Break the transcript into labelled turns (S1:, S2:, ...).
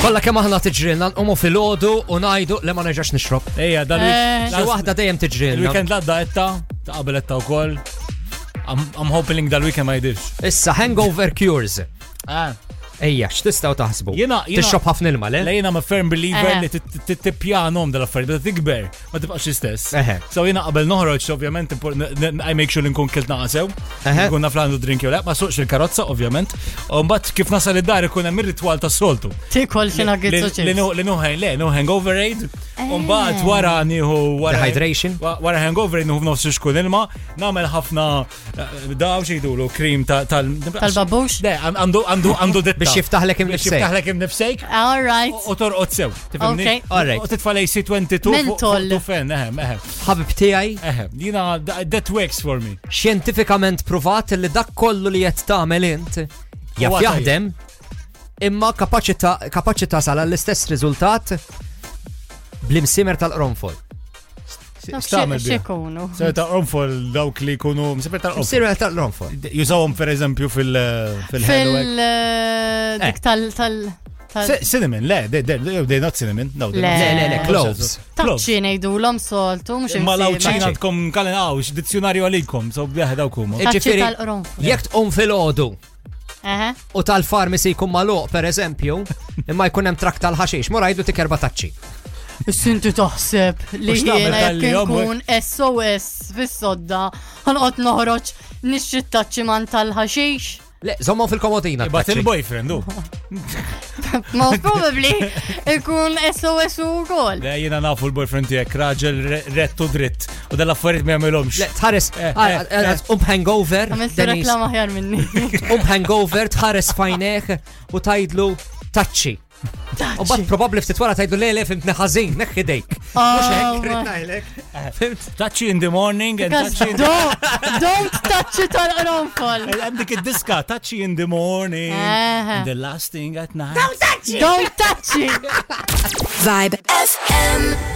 S1: Kolla kemm aħna tiġrilna nqumu fil-ħodu u ngħidu li ma nerġax nixrob.
S2: Ejja, dan
S3: Eh.
S1: Xi waħda dejjem tiġrilna.
S2: il-weekend ladda etta, ta' qabel etta wkoll. I'm- I'm hoping dal-weekend ma jidirx.
S1: Issa hangover cures.
S2: Ah.
S1: Ejja, x'tistgħu taħsbu?
S2: Jena- jena-
S1: tixrob ħafna ilma, le?
S2: Lejna ma firm believer
S3: Eħe.
S2: li t-tippjanom dal-affarijiet, da tikber, ma tibqax istess.
S1: Eħe.
S2: So jena qabel noħroġ, ovvjament, impor- n- n- I make sure li nkun kilt naqasew.
S1: Eħe.
S2: Nkun naf li għandu drink jew le, ma suqx il-karozza, ovvjament. U mbagħad kif nasal id-dar ikun hemm ir-ritwal tas-soltu.
S3: Tikol xi nuggets u
S2: Li
S3: chips. Eh.
S2: nuħen, le, nuħen overraid. Umbaħt wara nieħu wara.
S1: Dehydration?
S2: wa- Wara hangover nieħu f'nofs xkun ilma, nagħmel ħafna eh, daw xi jdulu krim ta- tal.
S3: Tal-babbux?
S2: Le, għan- għandu għandu għandu ditta.
S1: Biex jiftaħlek
S2: Biex
S1: imnifsej.
S2: jiftaħlek imnifsejk
S3: All right.
S2: u torqod sew. Tifimni?
S3: Okay.
S1: All right.
S2: U titfal AC22.
S3: Mentol.
S2: Tufen, eħem, eħem,
S1: Ħabib tiegħi
S2: eħem. Jina, tha- that works for me.
S1: xjentifikament provat li dak kollu li qed tagħmel int jaf
S2: Huwa
S1: jaħdem imma kapaċità kapaċità sala l-istess riżultat bl-imsimer tal-qronfol.
S2: Stamel bi.
S3: Xekunu.
S2: Sew ta' onfol dawk li kunu, msibir ta' onfol.
S1: Imsimer tal-qronfol.
S2: Jużawhom per eżempju fil- fil-Halloween.
S3: Fil eh, dik tal tal tal
S2: C- Cinnamon, le, they, they, they, they're not cinnamon. No, they're
S3: Le.
S1: Le,
S2: not.
S1: le, le, cloves.
S2: Cloves.
S3: taċċi ngħidulhom soltu eh. mhux
S2: Ma law ċina
S3: imsiema.
S2: tkom kalin għawx, dizzjonarju għalikom, so bjaħ dawk huma.
S3: Taċċi
S1: Ġifieri-
S3: tal-qronfu.
S1: Jekk tqum fil-ħodu
S3: Eħe.
S1: u tal-farmisi jkun maluq per eżempju, imma jkun hemm trak tal-ħaxix, mora jgħidu tik erba' taċċi.
S3: Sinti taħseb li
S2: Mux nagħmel eh.
S3: jiena jekk
S2: tal-jom,
S3: inkun SOS fis-sodda ħanqod noħroġ nixxit taċċi man tal-ħaxix.
S1: Le, zommon fil-komodina.
S2: E Bat
S1: t-taċċi.
S2: il-boyfriend, u.
S3: Most probably ikun SOS u kol.
S2: Le, jina nafu l-boyfriend tijek, raġel re- rett u dritt. U dal-affarit ma jamilomx.
S1: Le, tħares,
S2: Eh,
S1: għara,
S2: eh,
S1: għara, um hangover,
S3: Għamilt
S1: Denise,
S3: reklama ħjar minni.
S1: um hangover, tħares fajneħ u tajdlu taċċi. U bat probabli ftit wara tajdu le, le, fimt neħazin, neħħidejk. Mux
S3: Oh,
S1: hekk,
S3: my-
S1: ritnajlek.
S2: Eh.
S1: Fimt?
S2: Touchy in the morning and
S3: Because
S2: touchy in the...
S3: don't, don't touch it on an unfall.
S2: Għandik id-diska, touchy in the morning.
S3: Aha.
S2: and The last thing at night.
S3: Don't touch it.
S4: Vibe FM.